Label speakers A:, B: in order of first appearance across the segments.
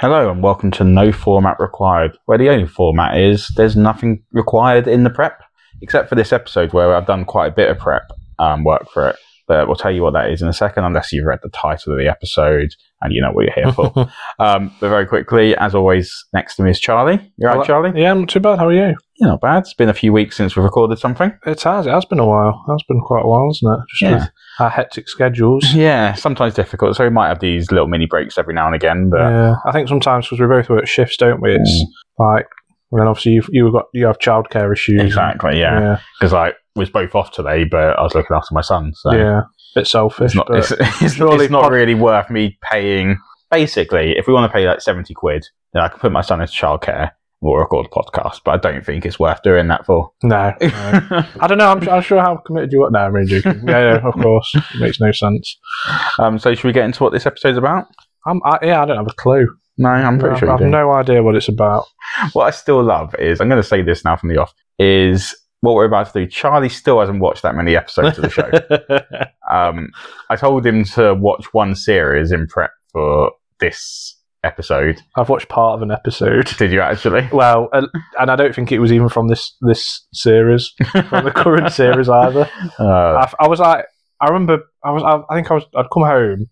A: welcome to No Format Required, where the only format is there's nothing required in the prep, except for this episode where I've done quite a bit of prep um, work for it. But we'll tell you what that is in a second, unless you've read the title of the episode and you know what you're here for. um, but very quickly, as always, next to me is Charlie. You're right,
B: Hello.
A: Charlie?
B: Yeah, not too bad. How are you?
A: You're not bad. It's been a few weeks since we've recorded something.
B: It has. It has been a while. It has been quite a while, hasn't it? Just
A: Yeah.
B: with our hectic schedules.
A: Yeah, sometimes difficult. So we might have these little mini breaks every now and again, but
B: yeah. I think sometimes because we both work shifts, don't we? It's
A: Mm.
B: like, and then obviously you've, you've got you have childcare issues.
A: exactly, yeah.
B: Yeah.
A: because I was both off today, but I was looking after my son. So
B: yeah. Bit selfish,
A: it's not,
B: but
A: it's, it's
B: surely
A: it's not
B: pod-
A: really worth me paying. Basically, if we want to pay like 70 quid, then I can put my son into childcare and we'll record a podcast, but I don't think it's worth doing that for.
B: no. no. I don't know. I'm, I'm sure how committed you are. No, I'm really joking. Yeah, yeah, of course. It makes no sense.
A: um, so, should we get into what this episode's about?
B: I'm, I, yeah, I don't have a clue.
A: No, I'm pretty
B: I,
A: sure
B: I
A: you
B: have
A: do.
B: no idea what it's about.
A: What I still love is, I'm going to say this now from the off, is what we're about to do. Charlie still hasn't watched that many episodes of the show. Um, I told him to watch one series in prep for this episode.
B: I've watched part of an episode.
A: Did you actually?
B: Well, uh, and I don't think it was even from this this series, from the current series either.
A: Uh,
B: I, I was like, I remember, I was, I, I think I was, I'd come home,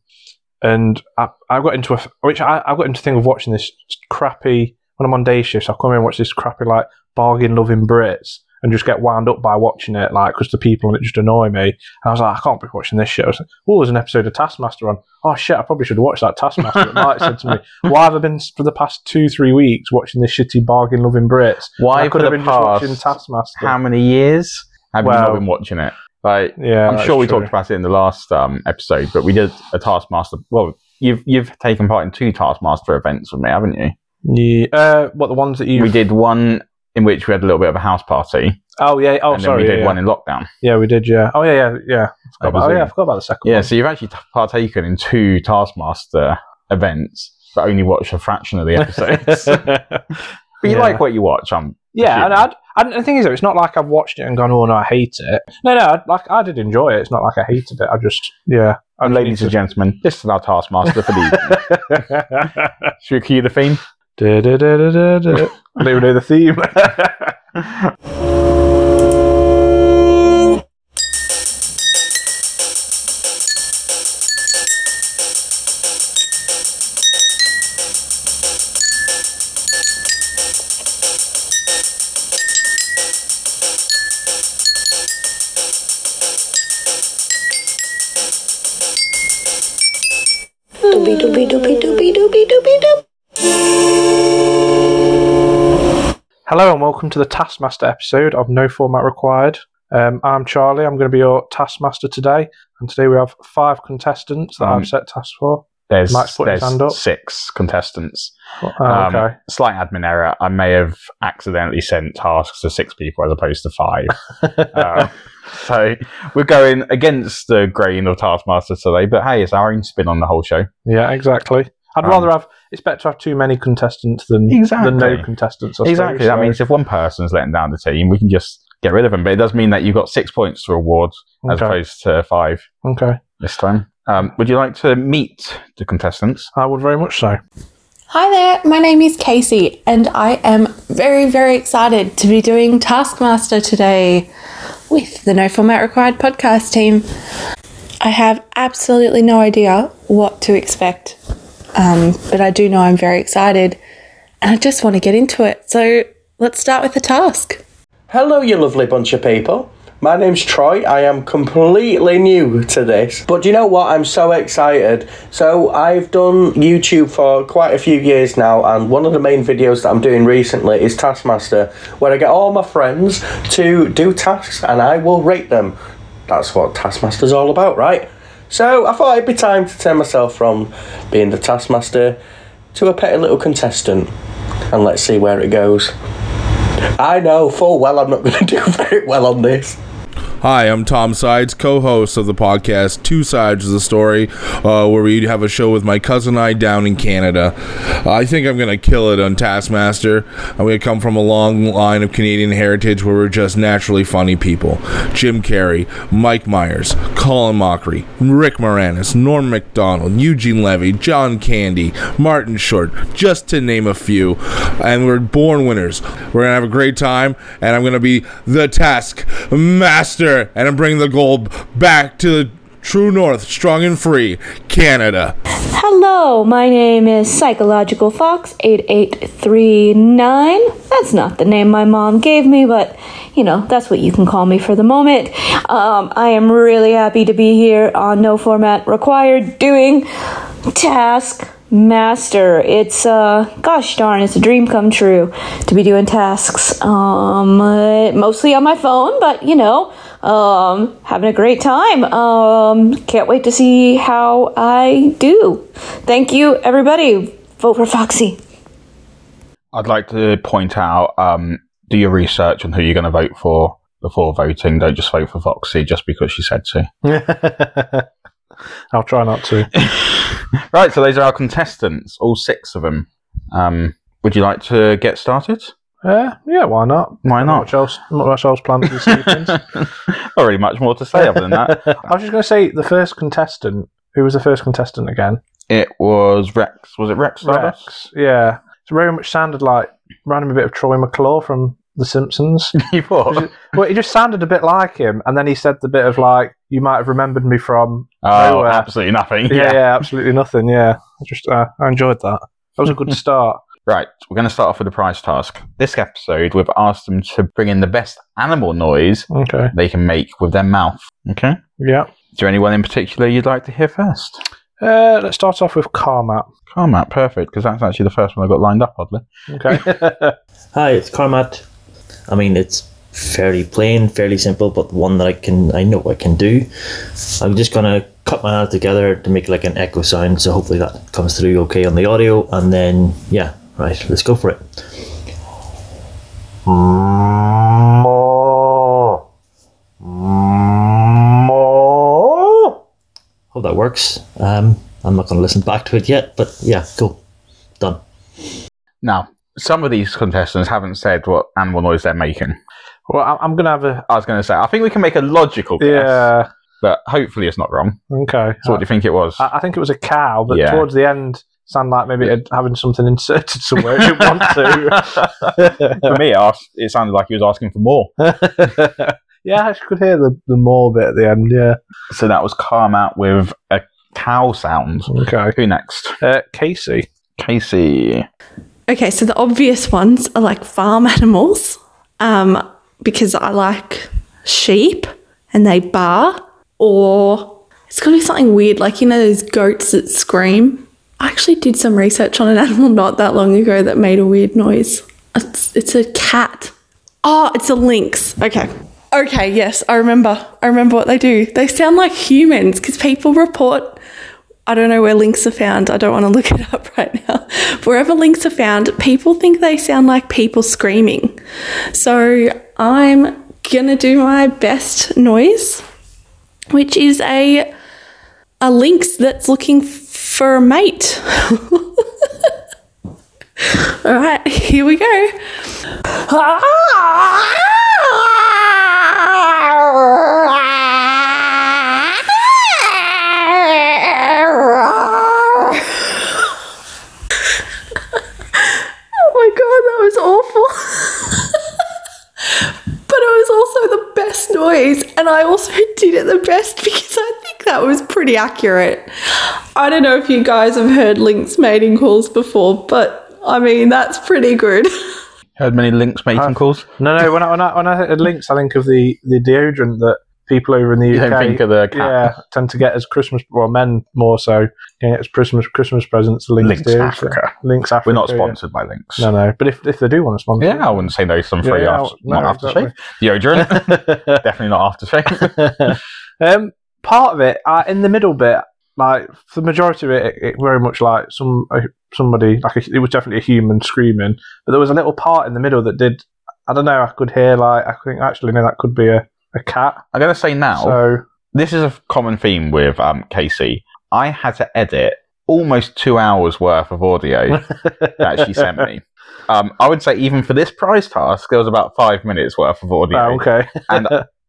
B: and I, I got into a, which I, I got into the thing of watching this crappy. When I'm on day shifts, I'll come in and watch this crappy like bargain loving Brits, and just get wound up by watching it, like because the people in it just annoy me. And I was like, I can't be watching this shit. I was like, oh, there's an episode of Taskmaster on. Oh shit, I probably should watch that Taskmaster. But Mike said to me, why have I been for the past two three weeks watching this shitty bargain loving Brits?
A: why
B: I could
A: for
B: have
A: the
B: been
A: past
B: just watching Taskmaster.
A: how many years have you not
B: Well-
A: been watching it? Like
B: yeah,
A: I'm
B: that's
A: sure we
B: true.
A: talked about it in the last um, episode, but we did a Taskmaster. Well, you've you've taken part in two Taskmaster events with me, haven't you?
B: Yeah. Uh, what the ones that you?
A: We did one in which we had a little bit of a house party,
B: Oh yeah. Oh
A: and then
B: sorry.
A: we did
B: yeah,
A: one in lockdown.
B: yeah. yeah, we did. Yeah. Oh yeah. Yeah. Yeah. Forgot
A: That was
B: about, oh
A: it.
B: yeah. I forgot about the second
A: Yeah,
B: one.
A: so you've actually t- partaken in two Taskmaster events, but only watched a fraction of the episodes. but you
B: Yeah.
A: like what you watch. Um,
B: yeah. And
A: Shit.
B: I'd, and the thing is, though, it's not like I've watched it and gone, "Oh no, I hate it." No, no. I, like I did enjoy it. It's not like I hated it. I just yeah. I just
A: ladies and
B: need
A: gentlemen, this is our Taskmaster for the evening.
B: to-
A: Should we cue the theme?
B: Du- du- du- du- du- du. I don't even know the theme.
C: Doobie doobie doobie doobie doobie doobie doop.
B: Hello and welcome to the Taskmaster episode of No Format Required. Um, I'm Charlie. I'm going to be your Taskmaster today, and today we have five contestants that
A: Um,
B: I've set tasks for.
A: There's,
B: Max put his hand up.
A: there's six contestants.
B: Oh,
A: Um,
B: okay.
A: Slight admin error. I may have accidentally sent tasks to six people as opposed to five. Uh, so we're going against the grain of Taskmaster today, but hey, it's our own spin on the whole show.
B: Yeah, exactly. I'd
A: Um,
B: rather have. It's better to have too many contestants than
A: Exactly.
B: than no contestants. I suppose,
A: exactly. That
B: so-
A: means if one person's letting down the team, we can just get rid of them. But it does mean that you've got six points to award as
B: Okay.
A: opposed to five
B: okay.
A: this time. Um, would you like to meet the contestants?
B: I would very much so.
D: Hi there, my name is Casey, and I am very, very excited to be doing Taskmaster today with the No Format Required podcast team. I have absolutely no idea what to expect, um, but I do know I'm very excited and I just want to get into it. So let's start with the task.
E: Hello, you lovely bunch of people. My name's Troy. I am completely new to this. But do you know what? I'm so excited. So, I've done YouTube for quite a few years now, and one of the main videos that I'm doing recently is Taskmaster, where I get all my friends to do tasks and I will rate them. That's what Taskmaster's all about, right? So, I thought it'd be time to turn myself from being the Taskmaster to a petty little contestant, and let's see where it goes. I know full well I'm not going to do very well on this.
F: Hi, I'm Tom Sides, co host of the podcast Two Sides of the Story, uh, where we have a show with my cousin and I down in Canada. I think I'm going to kill it on Taskmaster. I'm going to come from a long line of Canadian heritage where we're just naturally funny people. Jim Carrey, Mike Myers, Colin Mockery, Rick Moranis, Norm MacDonald, Eugene Levy, John Candy, Martin Short, just to name a few. And we're born winners. We're gonna have a great time, and I'm gonna be the task master, and I'm bringing the gold back to the true north, strong and free, Canada.
G: Hello, my name is Psychological Fox 8839. That's not the name my mom gave me, but you know, that's what you can call me for the moment. Um, I am really happy to be here on No Format Required doing Task Master. It's, uh, gosh darn, it's a dream come true to be doing tasks. Um, uh, mostly on my phone, but you know, um, having a great time. Um, can't wait to see how I do. Thank you, everybody. Vote for Foxy.
A: I'd like to point out um, do your research on who you're going to vote for before voting. Don't just vote for Foxy just because she said to.
B: I'll try not to.
A: Right, so those are our contestants, all six of them. Um, would you like to get started?
B: Uh, yeah, why not?
A: Why not?
B: Much else, not much else planned for this evening.
A: Not really much more to say other than that.
B: I was just going to say the first contestant. Who was the first contestant again?
A: It was Rex. Was it Rex Stardust?
B: Yeah, it very much sounded like ran him a bit of Troy McClure from The Simpsons.
A: You thought?
B: well, he just sounded a bit like him, and then he said the bit of like, "You might have remembered me from."
A: Oh,
B: nowhere."
A: absolutely nothing.
B: yeah, yeah, absolutely nothing. Yeah, I just uh, I enjoyed that. That was a good start.
A: Right, we're going to start off with a prize task. This episode, we've asked them to bring in the best animal noise
B: okay.
A: they can make with their mouth. Okay.
B: Yeah.
A: Is there anyone in particular you'd like to hear first?
B: Uh, let's start off with Carmat.
A: Carmat, perfect, because that's actually the first one I got lined up, oddly.
B: Okay.
H: Hi, it's Carmat. I mean, it's fairly plain, fairly simple, but one that I can, I know I can do. I'm just gonna cut my hand together to make like an echo sound, so hopefully that comes through okay on the audio, and then yeah, right, let's go for it. Hope that works. Um, I'm not gonna listen back to it yet, but yeah, cool, done.
A: Now, some of these contestants haven't said what animal noise they're making.
B: well, I- I'm gonna have a
A: I was going to say, I think we can make a logical guess,
B: yeah.
A: but hopefully it's not wrong.
B: Okay.
A: So, what do you think it was?
B: I, I think it was a cow, but
A: Yeah.
B: towards the end, sounded like maybe it had, having something inserted somewhere. It didn't want to.
A: for me, it, asked, it sounded like he was asking for more.
B: yeah, I could hear the the more bit at the end. Yeah.
A: So that was Carmat with a cow sound.
B: Okay.
A: Who next?
B: Uh, Casey.
A: Casey.
D: Okay, so the obvious ones are like farm animals, um, because I like sheep and they bar, or it's gonna be something weird, like you know those goats that scream. I actually did some research on an animal not that long ago that made a weird noise. It's, it's a cat. Oh, it's a lynx. Okay. Okay, yes, I remember. I remember what they do. They sound like humans because people report I don't know where links are found. I don't want to look it up right now. Wherever links are found, people think they sound like people screaming. So I'm going to do my best noise, which is a a lynx that's looking f- for a mate. All right, here we go. Ah! Oh my god, that was awful. but it was also the best noise, and I also did it the best because I think that was pretty accurate. I don't know if you guys have heard Link's mating calls before, but I mean, that's pretty good.
A: Heard many links mating calls?
B: No, no. When I when I when I think of links, I think of the the deodorant that people over in the
A: You
B: UK
A: don't think of the cat.
B: yeah tend to get as Christmas. Well, men more so get as Christmas Christmas presents. Links,
A: Lynx
B: deodorant.
A: Africa.
B: Links Africa.
A: We're not
B: yeah.
A: sponsored by links.
B: No, no. But if if they do want to sponsor,
A: Yeah, I wouldn't say no to some free
B: Yeah,
A: after,
B: no,
A: not aftershave.
B: exactly.
A: Deodorant, definitely not aftershave.
B: um, part of it, uh, in the middle bit, like for the majority of it, it, it very much like some uh, somebody, like a, it was definitely a human screaming, but there was a little part in the middle that did. I don't know. I could hear like I think actually no, that could be a a cat.
A: I'm going to say now.
B: So
A: this is a f- common theme with um, Casey. I had to edit almost two hours worth of audio that she sent me. Um, I would say even for this prize task, there was about five minutes worth of audio,
B: Oh, okay.
A: and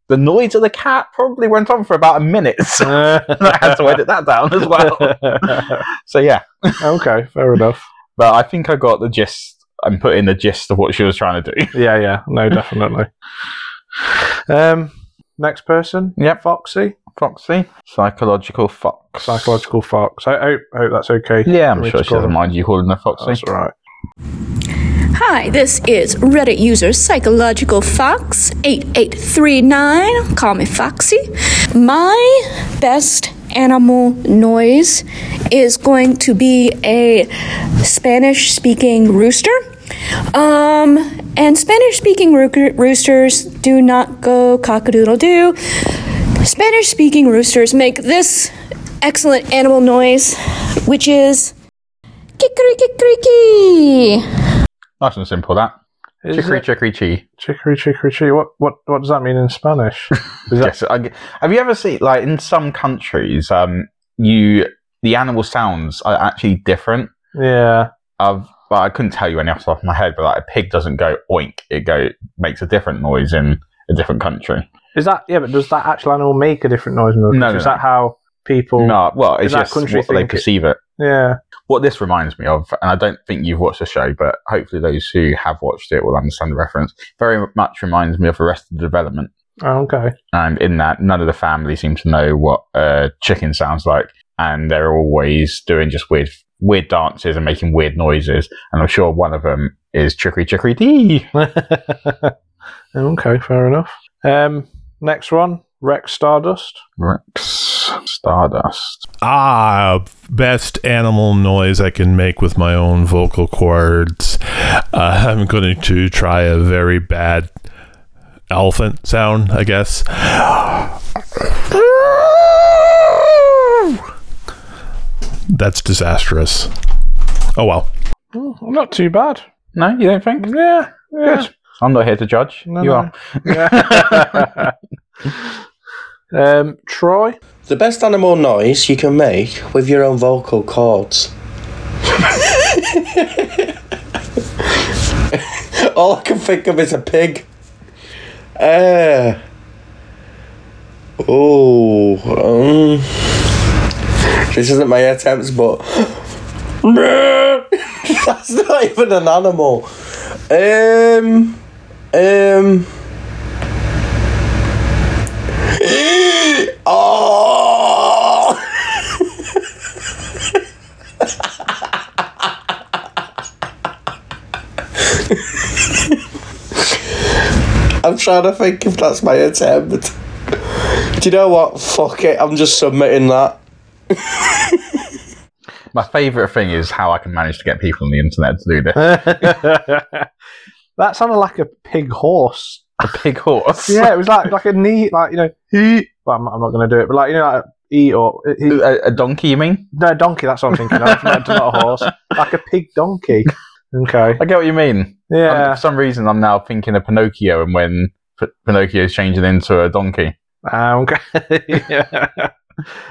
A: the noise of the cat probably went on for about a minute. So I had to edit that down as well. so yeah,
B: okay, fair enough.
A: but I think I got the gist. I'm putting the gist of what she was trying to do.
B: Yeah, yeah, no, definitely. Um, next person.
A: Yep.
B: Foxy,
A: Foxy, psychological fox.
B: psychological fox. I hope, I hope that's okay.
A: Yeah,
B: for
A: I'm
B: me
A: sure
B: to
A: she
B: call
A: doesn't
B: them.
A: mind you calling her Foxy.
B: That's all right.
I: Hi, this is Reddit user Psychological Fox 8839. Call me Foxy. My best animal noise is going to be a Spanish speaking rooster. Um, and Spanish speaking roosters do not go cockadoodle doo. Spanish speaking roosters make this excellent animal noise, which is kikerikikiriki.
A: Nice and simple that.
B: Is
A: Chicory,
B: it-
A: chicory, chee.
B: Chicory, chicory, chicory. What, what, what does that mean in Spanish? Is that
A: Yes. I g have you ever seen like in some countries, um, you the animal sounds are actually different.
B: yeah?
A: I've well, I couldn't tell you any off the top of my head, but like a pig doesn't go oink; it go makes a different noise in a different country.
B: Is that yeah? But does that actual animal make a different noise? In the
A: No,
B: country?
A: no,
B: Is
A: no.
B: that how people?
A: No, well,
B: Is
A: it's
B: that
A: just
B: country
A: what they
B: think it-
A: perceive it.
B: Yeah.
A: What this reminds me of, and I don't think you've watched the show, but hopefully those who have watched it will understand the reference. Very much reminds me of Arrested Development.
B: Oh, okay.
A: and in that none of the family seem to know what uh, chicken sounds like and they're always doing just weird weird dances and making weird noises and i'm sure one of them is trickery trickery dee
B: okay, fair enough. Um, next one, Rex Stardust.
A: rex stardust
J: Ah, best animal noise I can make with my own vocal cords. Uh, I'm going to try a very bad elephant sound, I guess. That's disastrous. Oh well.
B: Not too bad.
A: no you don't think
B: Yeah. Yeah.
A: i'm not here to judge
B: No,
A: you
B: no.
A: are
B: Yeah. um, Troy.
E: The best animal noise you can make with your own vocal cords. All I can think of is a pig. Uh, oh, um, this isn't my attempts, but that's not even an animal. Um, um. Oh! I'm trying to think if that's my attempt. Do you know what? Fuck it. I'm just submitting that.
A: my favorite thing is how i can manage to get people on the internet to do this
B: that sounded like a pig horse.
A: a pig horse
B: Yeah, it was like like a knee, like you know. he- Well, I'm, I'm not going to do it, but like you know, like e or he,
A: a, a donkey you mean
B: no donkey. That's what I'm thinking. of, not, not a horse, like a pig donkey. Okay.
A: i get what you mean Um,
B: Yeah.
A: for some reason i'm now thinking of pinocchio and when P- pinocchio's changing into a donkey
B: Ah, okay. yeah.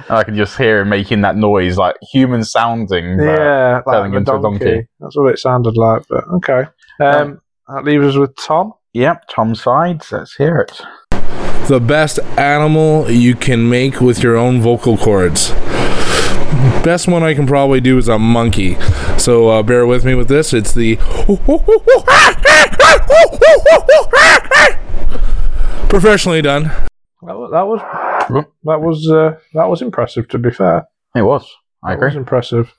A: And I can just hear him making that noise, like human sounding. but-
B: Yeah, like
A: turning
B: a
A: into a
B: donkey.
A: donkey.
B: That's what it sounded like. But okay. Um, that leaves us with Tom.
A: Yep, Tom Sides. Let's hear it.
F: The best animal you can make with your own vocal cords. Best one I can probably do is a monkey. So uh, bear with me with this. It's the. Professionally done.
B: That was that was that was, uh, that was impressive. To be fair,
A: It was. I
B: that was
A: agree.
B: impressive.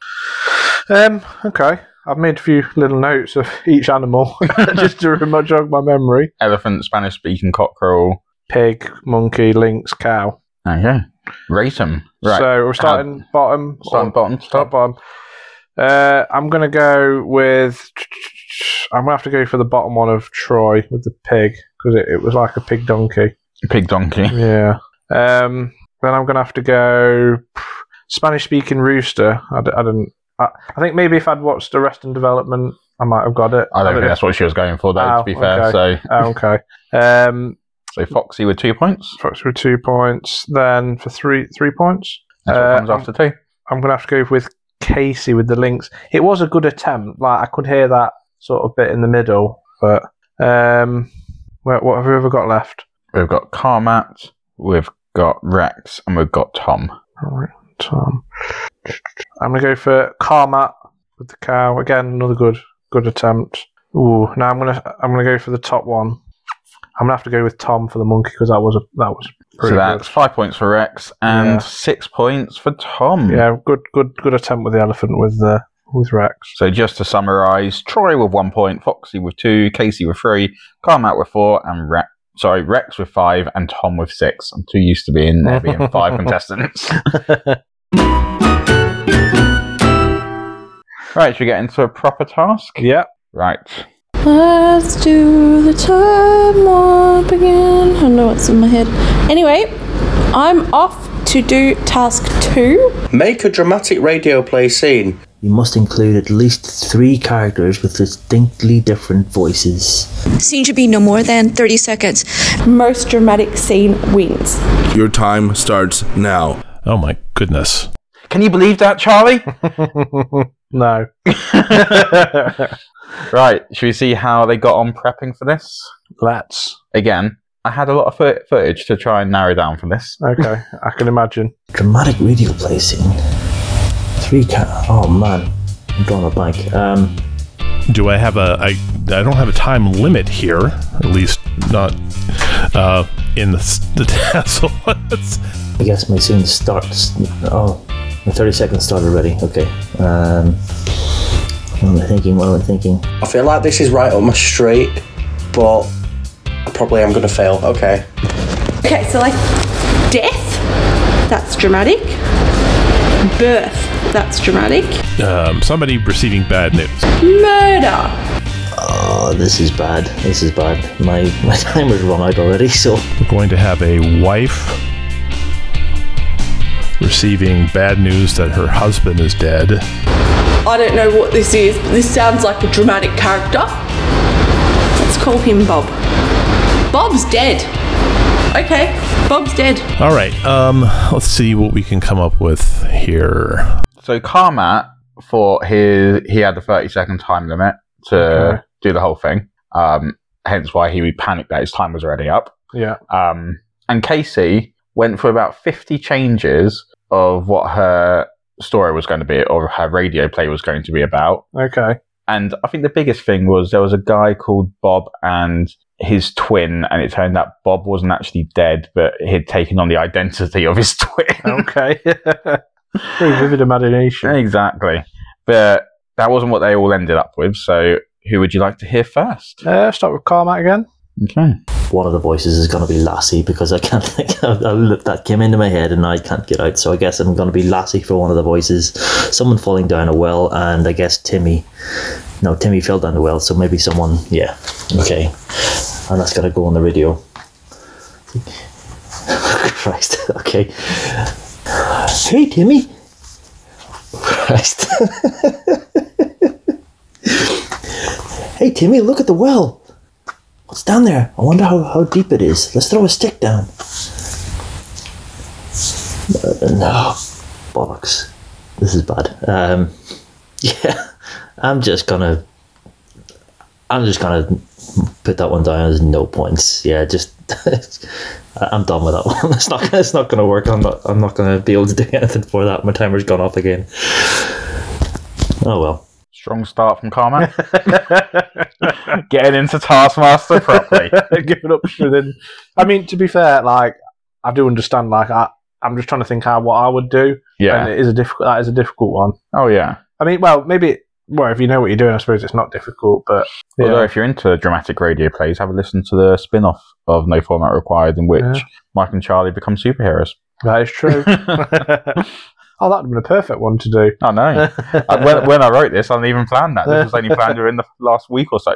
B: Um, okay, I've made a few little notes of each animal just to remo- jog my memory.
A: Elephant, Spanish speaking cockerel.
B: Pig, monkey, lynx, cow.
A: Okay. Rate 'em. Right. Uh,
B: So we're starting bottom.
A: Starting
B: or-
A: bottom,
B: Top
A: top.
B: bottom. Uh, I'm gonna go with. I'm gonna have to go for the bottom one of Troy with the pig because it, it was like a pig donkey.
A: Pig donkey.
B: Yeah. Um, then I'm going to have to go Spanish speaking rooster. I, d- I didn't. I, I think maybe if I'd watched Arrest and Development, I might have got it.
A: I don't think
B: know.
A: that's what she was going for, though,
B: Oh,
A: to be fair.
B: okay.
A: So,
B: Oh, okay. Um,
A: So Foxy with two points.
B: Fox with two points. Then for three three points,
A: That's
B: Uh,
A: what comes after two.
B: I'm gonna have to go with Casey with the links. It was a good attempt. Like I could hear that sort of bit in the middle, but um, where, what have we ever got left?
A: We've got Carmat, we've got Rex, and we've got Tom.
B: All right, Tom. I'm gonna go for Carmat with the cow again. Another good good attempt. Ooh, now I'm gonna I'm gonna go for the top one. I'm gonna have to go with Tom for the monkey because that was a that was pretty
A: so
B: good.
A: that's five points for Rex and
B: Yeah.
A: six points for Tom.
B: Yeah, good, good, good attempt with the elephant with uh, with Rex.
A: So just to summarise, Troy with one point, Foxy with two, Casey with three, Carmat with four, and Rex. Sorry, Rex with five and Tom with six. I'm too used to being there being five contestants. right, should we get into a proper task?
B: Yeah,
A: Right.
D: Let's do the time warp again. I know it's in my head. Anyway, I'm off to do task two.
E: Make a dramatic radio play scene.
H: You must include at least three characters with distinctly different voices.
I: Scene should be no more than 30 seconds.
D: Most dramatic scene wins.
F: Your time starts now.
J: Oh my goodness.
A: Can you believe that, Charlie?
B: no,
A: right, should we see how they got on prepping for this?
B: let's.
A: Again, I had a lot of foot- footage to try and narrow down for this.
B: Okay, I can imagine.
H: Dramatic radio play scene. Three car. Oh man, I'm drawing a blank. Um,
J: Do I have a? I I don't have a time limit here. At least not uh, in the s- the tassel.
H: I guess my soon starts. Oh, my 30 seconds start already. Okay. Um, what am I thinking? What am I thinking?
E: I feel like this is right up my street, but I probably am going to fail. Okay.
D: Okay, so like death, that's dramatic. Birth, that's dramatic.
J: um, somebody receiving bad news.
D: Murder,
H: Oh, this is bad. This is bad. My my timer's run out already. So
J: We're going to have a wife receiving bad news that her husband is dead.
D: I don't know what this is, but this sounds like a dramatic character. Let's call him Bob. Bob's dead. Okay, Bob's dead.
J: All right. Um, let's see what we can come up with here.
A: So Carmat thought his he had the thirty second time limit to
B: Okay.
A: do the whole thing. Um, hence why he panicked that his time was already up.
B: Yeah,
A: Um, and Casey went for about fifty changes of what her story was going to be or her radio play was going to be about.
B: okay.
A: And I think the biggest thing was there was a guy called Bob and his twin, and it turned out Bob wasn't actually dead, but he'd taken on the identity of his twin.
B: Okay. Very vivid imagination.
A: Exactly. But that wasn't what they all ended up with. So who would you like to hear first?
B: Uh, start with Carmat again.
A: Okay.
H: one of the voices is going to be Lassie because I can't think. I, I looked that came into my head and I can't get out. So I guess I'm going to be Lassie for one of the voices. Someone falling down a well, and I guess Timmy. No, Timmy fell down the well. So maybe someone. Yeah. Okay. And that's going to go on the radio. Christ. Okay. Hey, Timmy. Christ. hey, Timmy. Look at the well. What's down there? I wonder how, how deep it is. Let's throw a stick down. Uh, no. Bollocks. This is bad. Um, yeah. I'm just gonna. I'm just gonna put that one down as no points. Yeah, just. I- I'm done with that one. It's not. It's not gonna work. I'm not. I'm not gonna be able to do anything for that. My timer's gone off again. Oh well.
A: Strong start from Karma. Getting into Taskmaster properly.
B: Giving up within. I mean, to be fair, like I do understand. Like I, I'm just trying to think how what I would do, and
A: Yeah.
B: it is a difficult. That is a difficult one.
A: Oh, yeah.
B: I mean, well, maybe. Well, if you know what you're doing, I suppose it's not difficult. But yeah.
A: Although, if you're into dramatic radio plays, have a listen to the spin off of No Format Required, in which
B: Yeah.
A: Mike and Charlie become superheroes.
B: that is true. oh, that'd have been a perfect one to do.
A: I know. I- Uh, when, when I wrote this, I didn't even plan that. This was only planned within the last week or so.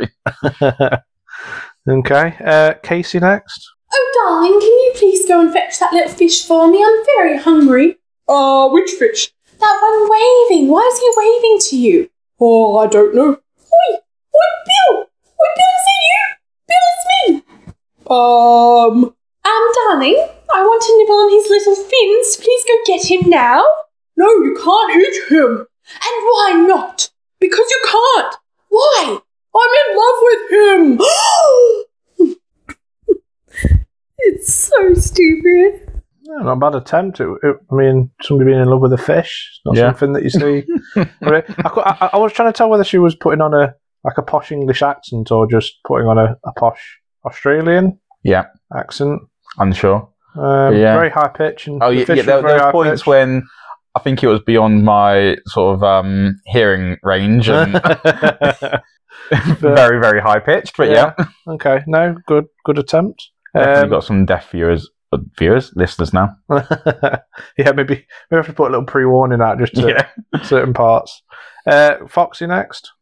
B: Okay, uh, Casey next.
D: Oh, darling, can you please go and fetch that little fish for me? I'm very hungry. Uh, which fish? That one waving. Why is he waving to you? Oh, I don't know. Oi! Oi, Bill! Oi, Bill, is it you? Bill, it's me!
E: Um,
K: Um, darling, I want to nibble on his little fins. Please go get him now. No, you can't eat him. And why not? Because you can't. Why? I'm in love with him. it's so stupid.
B: Yeah, not a bad attempt. It, it- I mean, somebody being in love with a fish. It's not
A: Yeah.
B: something that you see. I, mean, I, cou- I- I was trying to tell whether she was putting on a like a posh English accent or just putting on a, a posh Australian
A: Yeah,
B: accent.
A: unsure.
B: Um,
A: Yeah.
B: Very high pitch and
A: Oh,
B: the
A: yeah,
B: fish
A: yeah there,
B: was
A: there
B: very
A: was
B: high
A: points
B: pitch.
A: when I think it was beyond my sort of um, hearing range and very, very high pitched. But yeah,
B: Okay. No. Good. Good attempt.
A: Reckon
B: Um,
A: we've got some deaf viewers, uh, viewers, listeners now.
B: yeah. Maybe maybe we have to put a little pre-warning out just to certain parts. Uh, Foxy next.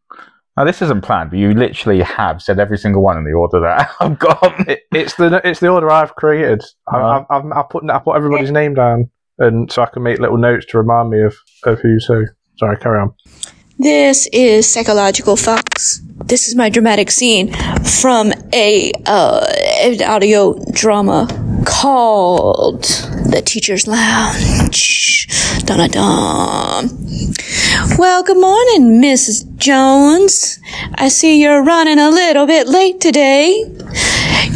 A: Now this isn't planned, but you literally have said every single one in the order that I've got. It.
B: It's the it's the order I've created. I,
A: Right.
B: I, I, I put I put everybody's name down, and so I can make little notes to remind me of, of who's who. Sorry, carry on.
I: This is Psychological Fox. This is my dramatic scene from a uh, an audio drama called The Teacher's Lounge. Dun dun dun. Well, good morning, Mrs. Jones. I see you're running a little bit late today.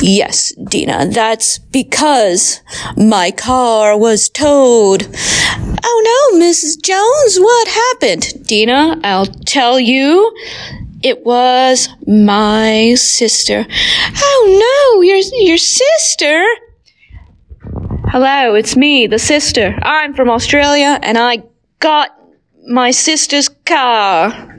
I: Yes, Dina, that's because my car was towed. Oh no, Mrs. Jones, what happened? Dina, I'll tell you. It was my sister. Oh no, your your sister? Hello, it's me, the sister. I'm from Australia and I got my sister's car.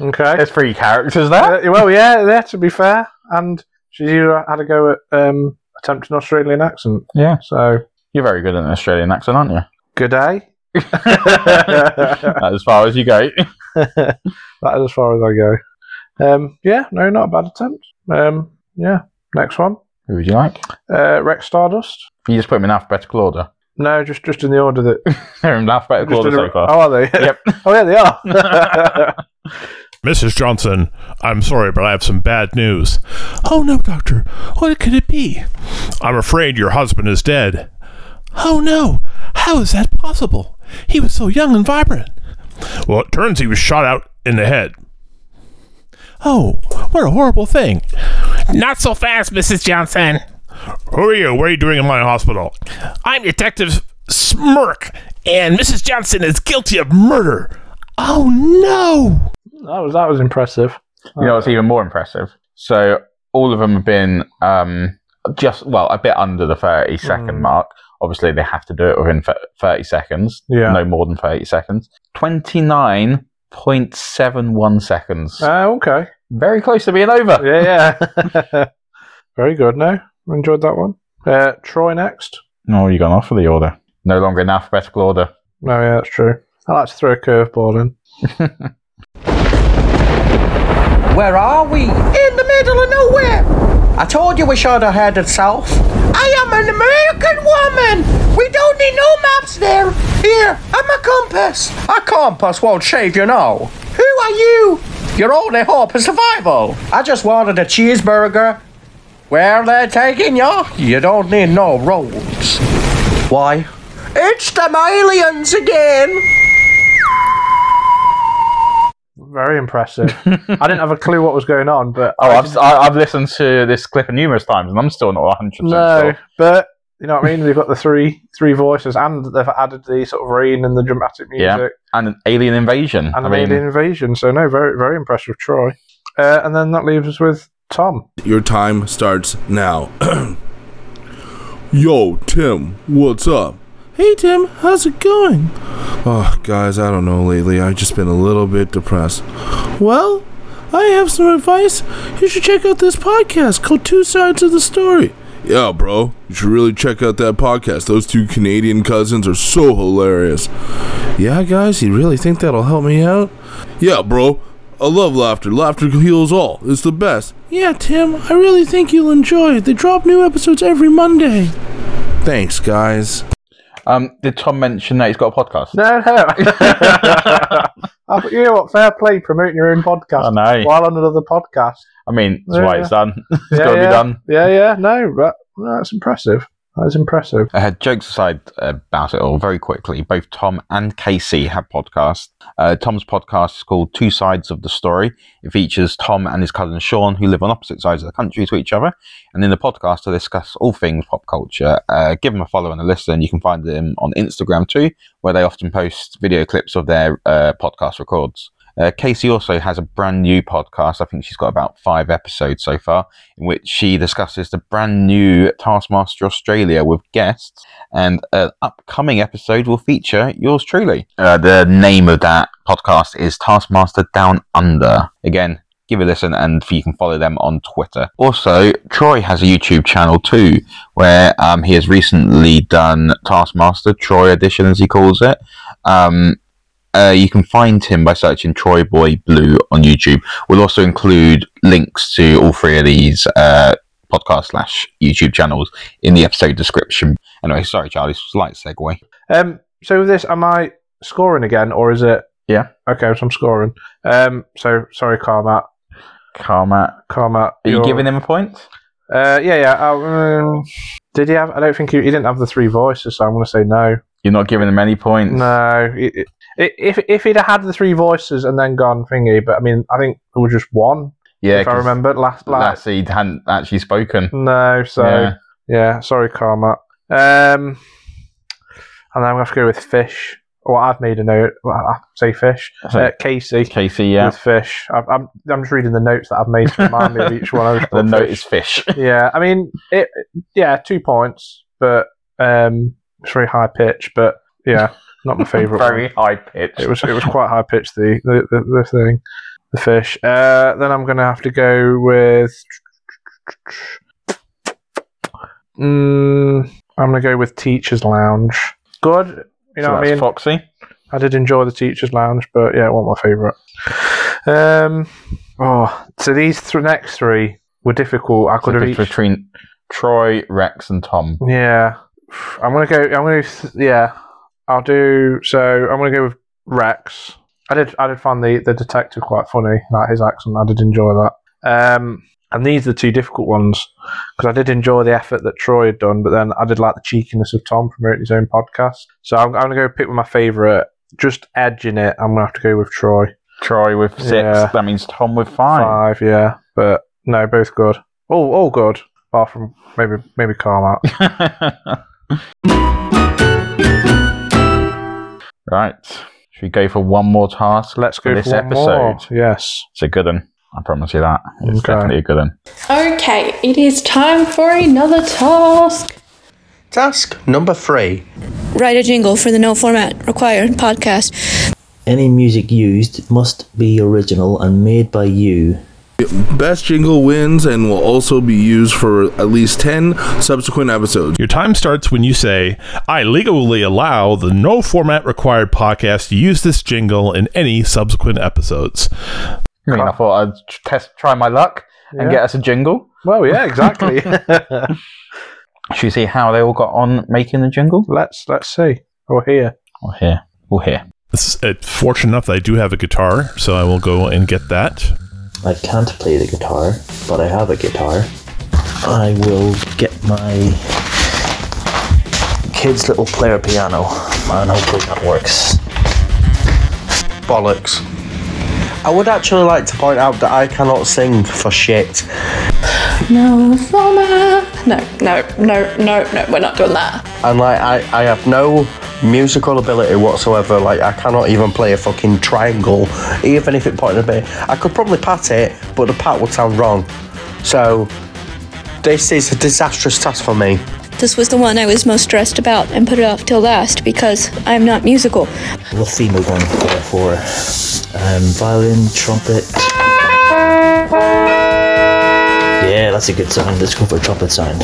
B: Okay.
A: There's three characters there.
B: Uh, well, yeah, there to be fair, and she's either had a go at um, attempting Australian accent.
A: Yeah,
B: So
A: you're very good at an Australian accent, aren't you?
B: good day.
A: That's as far as you go.
B: that is as far as I go. Um, yeah, no, not a bad attempt. Um, yeah, next one.
A: Who would you like?
B: Uh, Rex Stardust.
A: You just put them in alphabetical order.
B: No, just just in the order that
A: They're in alphabetical
B: Just
A: order
B: in a-
A: so far.
B: Oh, are they?
A: Yep.
B: oh, yeah, they are.
J: Mrs. Johnson, I'm sorry, but I have some bad news. Oh no, doctor. What could it be? I'm afraid your husband is dead. Oh no. How is that possible? He was so young and vibrant. Well, it turns he was shot out in the head. Oh, what a horrible thing. Not so fast, Mrs. Johnson. Who are you? What are you doing in my hospital? I'm Detective Smirk, and Mrs. Johnson is guilty of murder. Oh no!
B: that was that was impressive.
A: You know what's even more impressive? So all of them have been um, just well a bit under the thirty second mark. Obviously, they have to do it within thir- thirty seconds.
B: Yeah.
A: no more than thirty seconds. Twenty nine point seven one seconds.
B: Uh, okay.
A: Very close to being over.
B: Yeah, yeah. Very good. No, enjoyed that one. Uh, Troy next.
A: No, you've gone off of the order. No longer in alphabetical order.
B: No, yeah, that's true. I like to throw a curveball in.
E: where are we? In the middle of nowhere. I told you we should have headed south. I am an American woman. We don't need no maps there. Here, I'm a compass. A compass won't shave you now. Who are you? Your only hope is survival. I just wanted a cheeseburger. Where they're taking you, you don't need no roads. Why? It's them aliens again.
B: Very impressive. I didn't have a clue what was going on, but
A: Oh, I've, I- I've listened to this clip numerous times, and I'm still not 100
B: no. But you know what I mean. They've got the three three voices, and they've added the sort of rain and the dramatic music
A: Yeah. And an alien invasion.
B: and
A: I
B: an
A: mean,
B: alien invasion. So no, very very impressive, Troy. Uh, and then that leaves us with Tom.
F: Your time starts now. Yo, Tim, what's up? Hey, Tim, how's it going? Oh, guys, I don't know lately. I've just been a little bit depressed. Well, I have some advice. You should check out this podcast called Two Sides of the Story. Yeah, bro, you should really check out that podcast. Those two Canadian cousins are so hilarious. Yeah, guys, you really think that'll help me out? Yeah, bro. I love laughter. Laughter heals all. It's the best. Yeah, Tim, I really think you'll enjoy it. They drop new episodes every Monday. Thanks, guys.
A: Um, did Tom mention that he's got a podcast?
B: No, no. I thought, you know what? Fair play promoting your own podcast
A: I know.
B: while on another podcast.
A: I mean, that's why it's done. It's
B: yeah,
A: got to
B: yeah.
A: be done.
B: Yeah, yeah. No, but, no, that's impressive. That is impressive.
A: Uh, jokes aside about it all, very quickly, both Tom and Casey have podcasts. Uh, Tom's podcast is called Two Sides of the Story. It features Tom and his cousin Sean, who live on opposite sides of the country to each other. And in the podcast, they discuss all things pop culture. Uh, give them a follow and a listen. You can find them on Instagram too, where they often post video clips of their uh, podcast records. Uh, Casey also has a brand new podcast. I think she's got about five episodes so far, in which she discusses the brand new Taskmaster Australia with guests. And an upcoming episode will feature yours truly. Uh, the name of that podcast is Taskmaster Down Under. Again, give it a listen and you can follow them on Twitter. Also, Troy has a YouTube channel too, where um, he has recently done Taskmaster, Troy Edition as he calls it. Um, uh, you can find him by searching Troy Boy Blue on YouTube. We'll also include links to all three of these uh, podcast slash YouTube channels in the episode description. Anyway, sorry, Charlie, slight segue.
B: Um, so with this, am I scoring again, or is it?
A: Yeah.
B: Okay, so I'm scoring. Um, so sorry, Carmat.
A: Karma,
B: Carmat,
A: are you giving him a point?
B: Uh, yeah, yeah. I'll, um, did he have? I don't think he, he didn't have the three voices, so I'm going to say no.
A: You're not giving him any points.
B: No. it- it- if if he'd have had the three voices and then gone thingy, but I mean, I think it was just one.
A: yeah,
B: if I
A: 'cause
B: remember last last.
A: Lassie hadn't actually spoken.
B: No, so
A: Yeah.
B: yeah, sorry, Carmat. Um, and I'm going to have to go with fish. Well, I've made a note. Well, I say fish.
A: So-
B: Uh, Casey.
A: Casey, yeah.
B: with fish. I've, I'm I'm just reading the notes that I've made to remind me of each one. I just
A: the
B: thought
A: note
B: fish.
A: is fish.
B: Yeah, I mean, it. Yeah, two points, but um, it's very high pitch. But yeah, not my favourite.
A: Very
B: one.
A: high pitched.
B: It was it was quite high pitched. The, the the the thing, the fish. Uh, then I'm gonna have to go with. Mm, I'm gonna go with teachers' lounge. Good. You know
A: so
B: what I
A: that's
B: mean?
A: Foxy.
B: I did enjoy the teachers' lounge, but yeah, it wasn't my favourite. Um, oh, so these th- next three were difficult. I could
A: So
B: have
A: it's
B: each.
A: between Troy, Rex, and Tom.
B: Yeah, I'm gonna go. I'm gonna. Th- yeah, I'll do. So I'm gonna go with Rex. I did. I did find the the detective quite funny. Like his accent, I did enjoy that. Um, and these are the two difficult ones because I did enjoy the effort that Troy had done, but then I did like the cheekiness of Tom promoting his own podcast. So I'm, I'm gonna go pick with my favourite. Just edging it, I'm gonna have to go with Troy.
A: Troy with six.
B: Yeah.
A: That means Tom with five.
B: Five, yeah, but no, both good. All, all good, apart from maybe maybe Carmack.
A: right. Should we go for one more task?
B: Let's go
A: for
B: for
A: this
B: one
A: episode.
B: more. Yes.
A: It's a good one. I promise you that. It's
B: Okay.
A: definitely a good one.
D: Okay, it is time for another task.
E: Task number three.
I: Write a jingle for the no format required podcast.
H: Any music used must be original and made by you.
F: Best jingle wins and will also be used for at least 10 subsequent episodes.
J: Your time starts when you say, I legally allow the no format required podcast to use this jingle in any subsequent episodes.
A: I mean, I thought I'd t- test, try my luck and
B: Yeah.
A: get us a jingle.
B: Well, yeah, exactly.
A: Should we see how they all got on making the jingle?
B: let's let's see. Or here.
A: Or here. Or here.
J: It's, it's uh, fortunate enough that I do have a guitar, so I will go and get that.
H: I can't play the guitar, but I have a guitar. I will get my kid's little player piano, and hopefully that works.
E: Bollocks. I would actually like to point out that I cannot sing for shit.
D: No format. No, no, no, no, no, we're not doing that.
E: And like I, I have no musical ability whatsoever. Like I cannot even play a fucking triangle, even if it pointed a bit. I could probably pat it, but the pat would sound wrong. So this is a disastrous task for me.
I: This was the one I was most stressed about and put it off till last because I'm not musical.
H: What theme we're going for? for? Um, violin, trumpet. Yeah, that's a good sound. Let's go for a trumpet sound.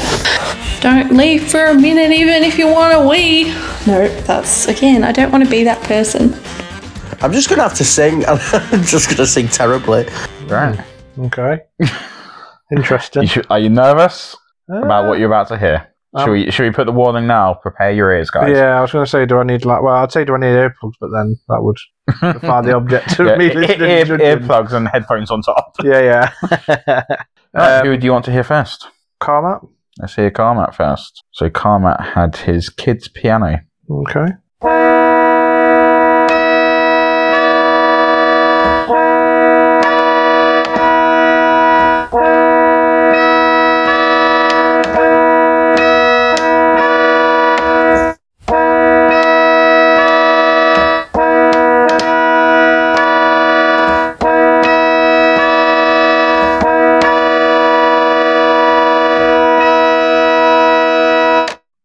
D: Don't leave for a minute, even if you want to wee. No, that's again, I don't want to be that person.
E: I'm just gonna have to sing. I'm just gonna sing terribly.
A: Right.
B: Okay.
A: You
B: Interesting. Uh,
A: should, are you nervous about what you're about to hear? should we should we put the warning now? Prepare your ears, guys.
B: um, Yeah, I was going to say, do I need like? Well, I'd say, do I need earplugs? But then that would defy the object of
A: Yeah,
B: me
A: ear-
B: listening.
A: ear-
B: to judging.
A: earplugs and headphones on top.
B: Yeah, yeah. Uh,
A: Right, who do you want to hear first?
B: Karma.
A: Let's hear Carmat first. So Carmat had his kid's piano.
B: Okay.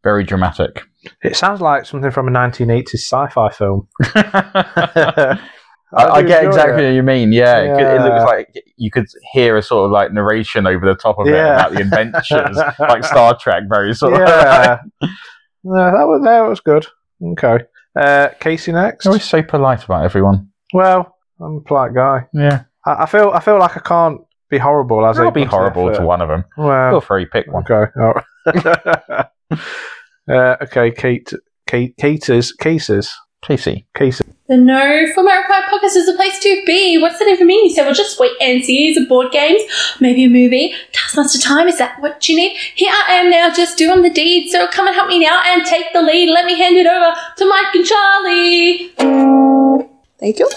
A: Very dramatic.
B: It sounds like something from a 1980s sci-fi film.
A: I,
B: I
A: I
B: do
A: get
B: enjoy
A: exactly
B: it.
A: what you mean. Yeah, It, could- it
B: Yeah.
A: looks like you could hear a sort of like narration over the top of it
B: Yeah.
A: about the adventures, like Star Trek. Very sort of.
B: yeah. No, Uh, that was that was good. Okay. Uh, Casey next.
A: They're always so polite about everyone.
B: Well, I'm a polite guy.
A: Yeah,
B: I, I feel I feel like I can't be horrible as
A: that'll
B: I
A: be horrible to one of them. Feel
B: Well,
A: free, pick one.
B: okay. all right. uh, okay, Kate, Kate, Cater's, Cases,
A: Casey.
B: Cases.
K: The No Format Required podcast is the place to be. What's that even mean? You say, well, just wait and see. Is it board games? Maybe a movie? Taskmaster time? Is that what you need? Here I am now, just doing the deed. So come and help me now and take the lead. Let me hand it over to Mike and Charlie.
D: Thank you.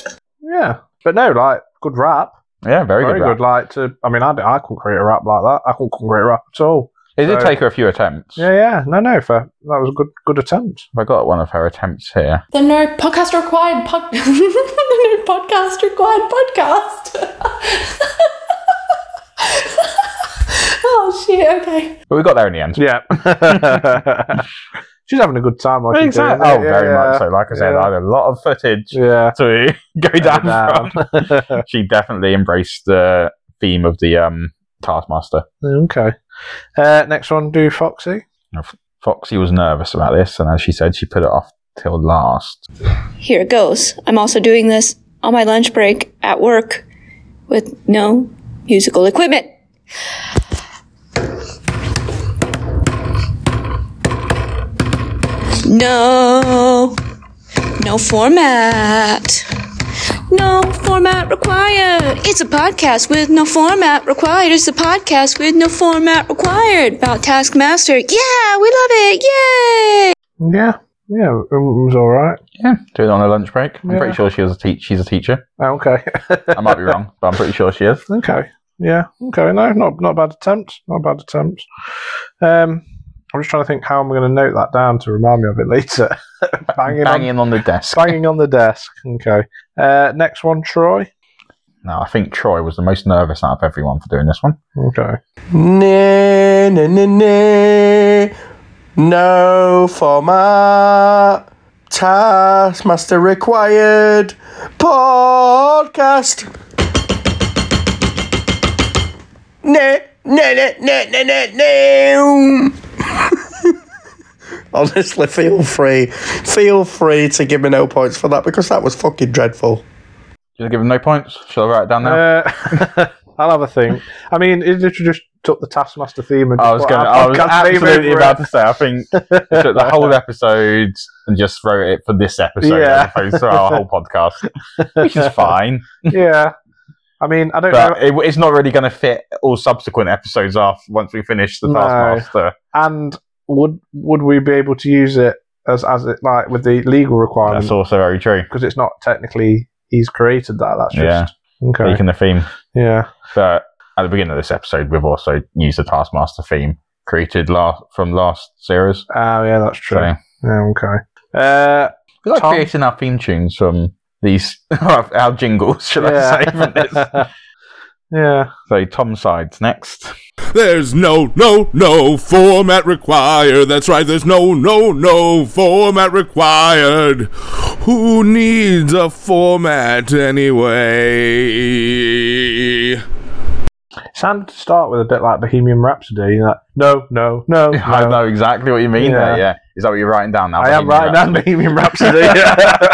B: Yeah, but no, like good rap,
A: Yeah, very,
B: very
A: good. rap.
B: good. Like to, I mean, I, d- I couldn't create a rap like that. I couldn't create a rap at all.
A: It did
B: So-
A: take her a few attempts.
B: Yeah, yeah, no, no, fair. That was a good, good attempt.
A: I got one of her attempts here.
D: The No Podcast Required pod- The No Podcast Required podcast. oh shit, okay.
A: But we got there in the end.
B: Yeah. She's having a good time. While she's doing it.
A: Exactly. Oh,
B: Yeah,
A: very
B: yeah.
A: much so. Like I said,
B: Yeah.
A: I had a lot of footage
B: Yeah.
A: to go down, from.
B: Down.
A: Um, She definitely embraced the theme of the um, Taskmaster.
B: okay. Uh, next one, do Foxy.
A: Foxy was nervous about this, and as she said, she put it off till last.
I: Here it goes. I'm also doing this on my lunch break at work with no musical equipment. No. No format. No format required. It's a podcast with no format required. It's a podcast with no format required about Taskmaster. Yeah, we love it. Yay!
B: Yeah. Yeah, it was all right.
A: Yeah, doing it on her lunch break. I'm
B: Yeah.
A: pretty sure she was a teach. She's a teacher.
B: Oh, okay.
A: I might be wrong, but I'm pretty sure she is.
B: okay. Yeah. Okay. No, not not a bad attempt. Not a bad attempt. Um, I'm just trying to think how I'm going to note that down to remind me of it later. banging,
A: Banging
B: On,
A: on the desk.
B: banging on the desk. Okay. Uh, next one, Troy.
A: Now, I think Troy was the most nervous out of everyone for doing this one.
B: Okay.
E: Nah, nah, nah, nah. No format. Taskmaster required. Podcast. Nah, nah, nah, nah, nah, nah, nah. Honestly, feel free. Feel free to give me no points for that because that was fucking dreadful.
A: Should I give him no points? Shall I write it down now?
B: Uh, I'll have a think. I mean, it literally just took the Taskmaster theme and
A: I was
B: put
A: going.
B: our
A: I was
B: podcast theme
A: absolutely
B: over
A: about
B: it.
A: to say. I think we took the whole episode and just wrote it for this episode
B: Yeah.
A: as opposed to our whole podcast, which is fine.
B: yeah. I mean, I don't know.
A: But it, it's not really going to fit all subsequent episodes off once we finish the
B: No.
A: Taskmaster.
B: And would would we be able to use it as as it like with the legal requirements
A: That's also very true.
B: because it's not technically he's created that. That's just
A: Yeah.
B: okay.
A: Taking the theme,
B: yeah.
A: but at the beginning of this episode, we've also used the Taskmaster theme created last from last series.
B: Oh yeah, that's true.
A: So
B: Yeah, okay. Uh,
A: we like
B: Tom?
A: creating our theme tunes from these our, our jingles, should I say? From this.
B: yeah. yeah.
A: So Tom sides next.
F: There's no, no, no format required. That's right, there's no, no, no format required. Who needs a format anyway?
B: Sounded to start with a bit like Bohemian Rhapsody. you know, Like, no, no, no.
A: I know exactly what you mean
B: Yeah.
A: there, yeah. Is that what you're writing down now?
B: I am
A: Bohemian
B: right now,
A: Rhapsody?
B: Bohemian Rhapsody.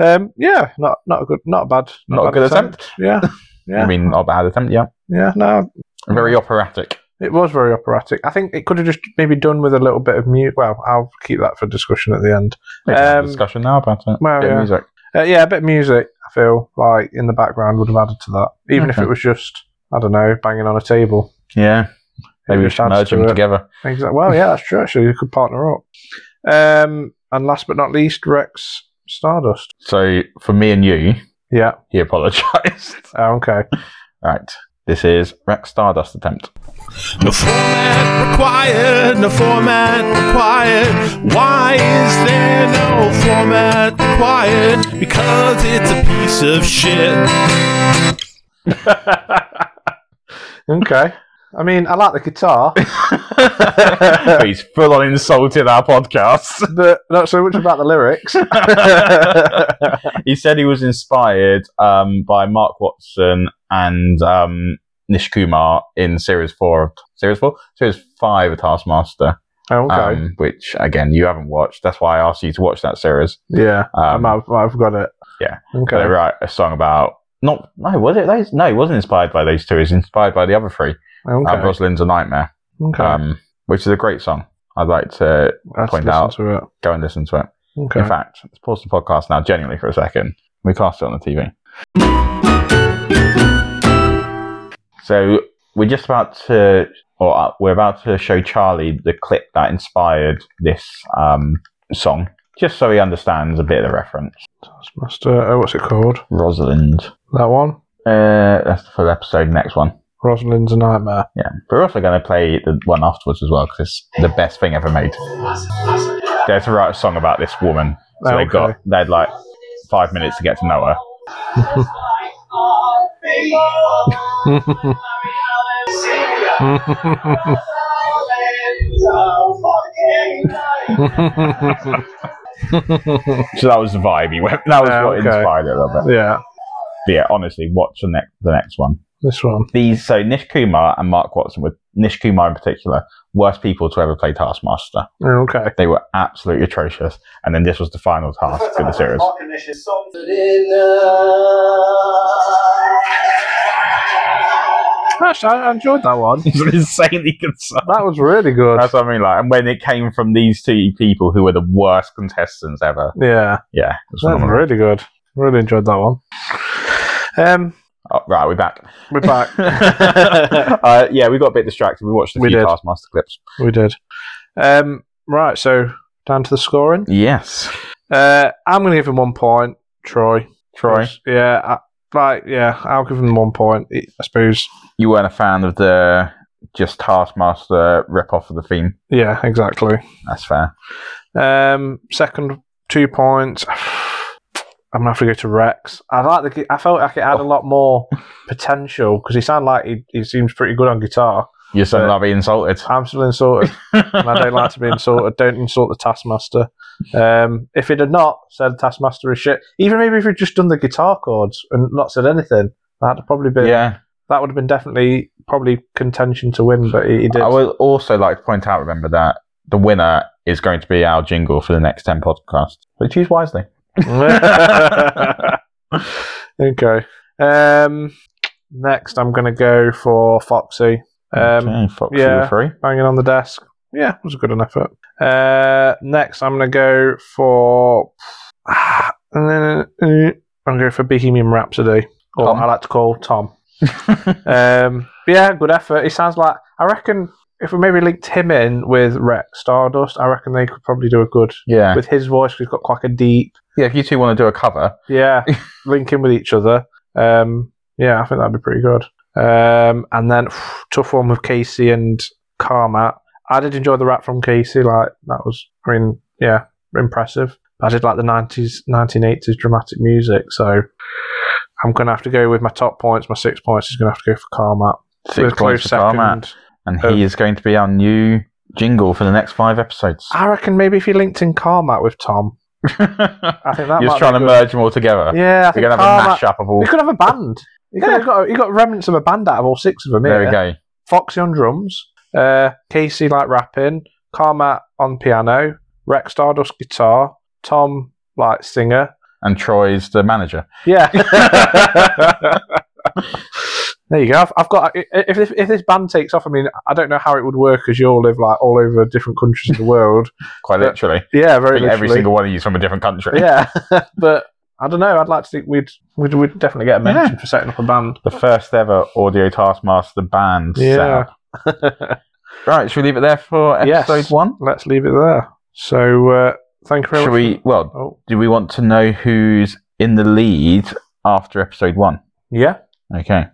B: um, yeah, not not a good, not a bad,
A: Not a
B: bad
A: good attempt.
B: Yeah, yeah,
A: I mean, not a bad attempt, yeah.
B: yeah. No,
A: Very operatic.
B: It was very operatic. I think it could have just maybe done with a little bit of mute. Well, I'll keep that for discussion at the end.
A: We can have a
B: Um,
A: discussion now about it.
B: well,
A: Bit of
B: yeah.
A: music.
B: Uh, yeah, a bit of music. I feel like in the background would have added to that, even if
A: Okay.
B: it was just I don't know banging on a table.
A: Yeah. Maybe we
B: just
A: should
B: adds
A: merge
B: to
A: them
B: it.
A: together.
B: Exactly. Well, yeah, that's true. Actually, you could partner up. Um, and last but not least, Rex Stardust.
A: So for me and you,
B: Yeah.
A: he apologised.
B: Oh, okay.
A: right. This is Rex Stardust attempt.
J: No format required, no format required. Why is there no format required? Because it's a piece of shit.
B: Okay. I mean, I like the guitar,
A: He's full on insulted our podcast.
B: but not so much about the lyrics.
A: he said he was inspired um, by Mark Watson and um, Nish Kumar in series four, of series four, series five of Taskmaster,
B: Oh, okay.
A: um, which again you haven't watched. That's why I asked you to watch that series.
B: yeah. I
A: Um,
B: might have, might have got it.
A: Yeah.
B: Okay.
A: They write a song about not no was it those no he wasn't inspired by those two. He's inspired by the other three.
B: Okay.
A: Uh, Rosalind's a nightmare,
B: okay.
A: um, which is a great song. I'd like to
B: Let's
A: point
B: listen
A: out-
B: to it.
A: go and listen to it.
B: Okay.
A: In fact, let's pause the podcast now, genuinely, for a second. We cast it on the TV. So we're just about to, or uh, we're about to show Charlie the clip that inspired this um, song, just so he understands a bit of the reference.
B: Taskmaster. Oh, what's it called?
A: Rosalind.
B: That one.
A: Uh, that's the full episode, next one.
B: Rosalind's a nightmare.
A: Yeah. But we're also going to play the one afterwards as well, because it's the best thing ever made. They had to write a song about this woman. So they
B: Okay.
A: got, they had like five minutes to get to know her. So that was the vibe he went. That was
B: Oh,
A: what
B: okay.
A: inspired it a little bit.
B: yeah.
A: But yeah, honestly, watch the next the next one.
B: This one.
A: Um, These so Nish Kumar and Mark Watson were Nish Kumar in particular, worst people to ever play Taskmaster.
B: Oh, Okay.
A: They were absolutely atrocious. And then this was the final task for the series.
B: Actually, I I enjoyed that one.
A: It's an insanely good song.
B: That was really good.
A: That's what I mean. Like, and when it came from these two people who were the worst contestants ever,
B: yeah.
A: yeah, it was
B: That was
A: phenomenal.
B: really good. Really enjoyed that one. Um,
A: Oh, right, we're back.
B: we're back.
A: uh, yeah, we got a bit distracted. We watched a
B: We
A: few
B: did.
A: Taskmaster clips.
B: we did. Um, right. So down to the scoring.
A: Yes,
B: Uh, I'm going to give him one point. Troy.
A: Troy,
B: Yeah. I, like, yeah, I'll give him one point. I suppose.
A: you weren't a fan of the just Taskmaster rip off of the theme.
B: Yeah, exactly.
A: That's fair.
B: Um, second two points. I'm gonna have to go to Rex. I like the. gu- I felt like it had a lot more potential because he sounded like he, he seems pretty good on guitar.
A: You're still
B: Uh,
A: not being insulted.
B: I'm still insulted, and I don't like to be insulted. Don't insult the Taskmaster. Um, if it had not said Taskmaster is shit, even maybe if he'd just done the guitar chords and not said anything, that'd probably been
A: yeah,
B: that would have been definitely probably contention to win. But he, he did.
A: I would also like to point out. Remember that the winner is going to be our jingle for the next ten podcasts. So choose wisely.
B: okay. Um, next, I'm going to go for Foxy. Um,
A: okay, Foxy
B: yeah.
A: with three.
B: Banging on the desk. Yeah, it was a good enough effort. Uh, next, I'm going to go for. Ah, uh, I'm going to go for Bohemian Rhapsody, or
A: Tom.
B: I like to call Tom. um, yeah, good effort. He sounds like. I reckon if we maybe linked him in with Rex Stardust, I reckon they could probably do a good.
A: Yeah,
B: With his voice, 'cause he's got quite a deep
A: yeah. If you two want to do a cover,
B: yeah, link in with each other. Um, yeah, I think that'd be pretty good. Um, and then tough one with Casey and Carmat. I did enjoy the rap from Casey. Like that was, I mean, yeah, impressive. I did like the nineties, nineteen eighties dramatic music. So I'm gonna have to go with my top points. My six points is gonna have to go for Carmat.
A: six points for Carmat, and he
B: Um,
A: is going to be our new jingle for the next five episodes.
B: I reckon maybe if you linked in Carmat with Tom, I think that
A: You're
B: might
A: just
B: be
A: trying to
B: good.
A: merge them all together.
B: Yeah, I
A: We're
B: think
A: gonna have a
B: Carmat-
A: mashup of all.
B: You could have a band. You could have got you got remnants of a band out of all six of them.
A: There
B: here.
A: we go.
B: Foxy on drums, uh, Casey like rapping, Carmat on piano, Rex Stardust guitar, Tom like singer.
A: And Troy's the manager.
B: Yeah. There you go. I've, I've got. If, if if this band takes off, I mean, I don't know how it would work as you all live like all over different countries in the world.
A: Quite
B: But-
A: literally.
B: Yeah,
A: I
B: very
A: think every
B: literally.
A: single one of you is from a different country.
B: Yeah, but I don't know. I'd like to think we'd we'd, we'd definitely get a mention for setting up a band.
A: The first ever Audio Taskmaster band
B: Yeah.
A: setup. Right, should we leave it there for
B: Yes.
A: episode one?
B: Let's leave it there. So uh, thank you very
A: Should
B: much.
A: we? Well,
B: Oh,
A: do we want to know who's in the lead after episode one?
B: yeah.
A: Okay.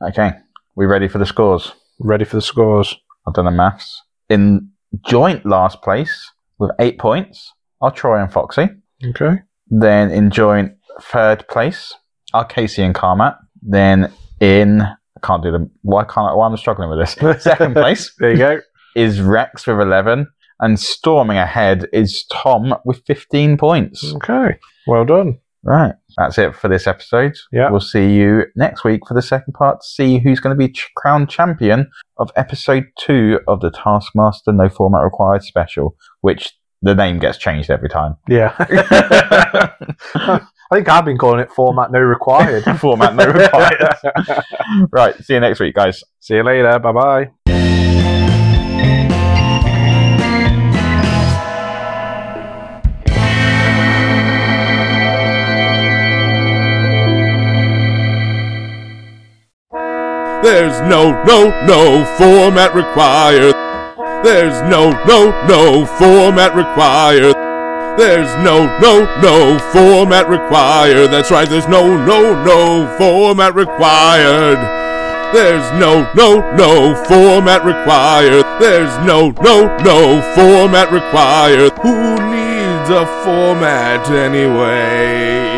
A: Okay. We ready for the scores?
B: Ready for the scores?
A: I've done the maths. In joint last place with eight points are Troy and Foxy.
B: Okay.
A: Then in joint third place are Casey and Carmat. Then in I can't do the why can't I why am I struggling with this? Second place
B: There you go.
A: is Rex with eleven. And storming ahead is Tom with fifteen points.
B: Okay. Well done.
A: Right. That's it for this episode.
B: Yeah.
A: We'll see you next week for the second part to see who's going to be ch- crowned champion of episode two of the Taskmaster No Format Required special, which the name gets changed every time.
B: Yeah. I think I've been calling it format no required.
A: Format No Required. right. See you next week, guys.
B: See you later. Bye bye.
L: There's no, no, no format required. There's no, no, no format required. There's no, no, no format required. That's right, there's no, no, no format required. There's no, no, no format required. There's no, no, no format required. Who needs a format anyway?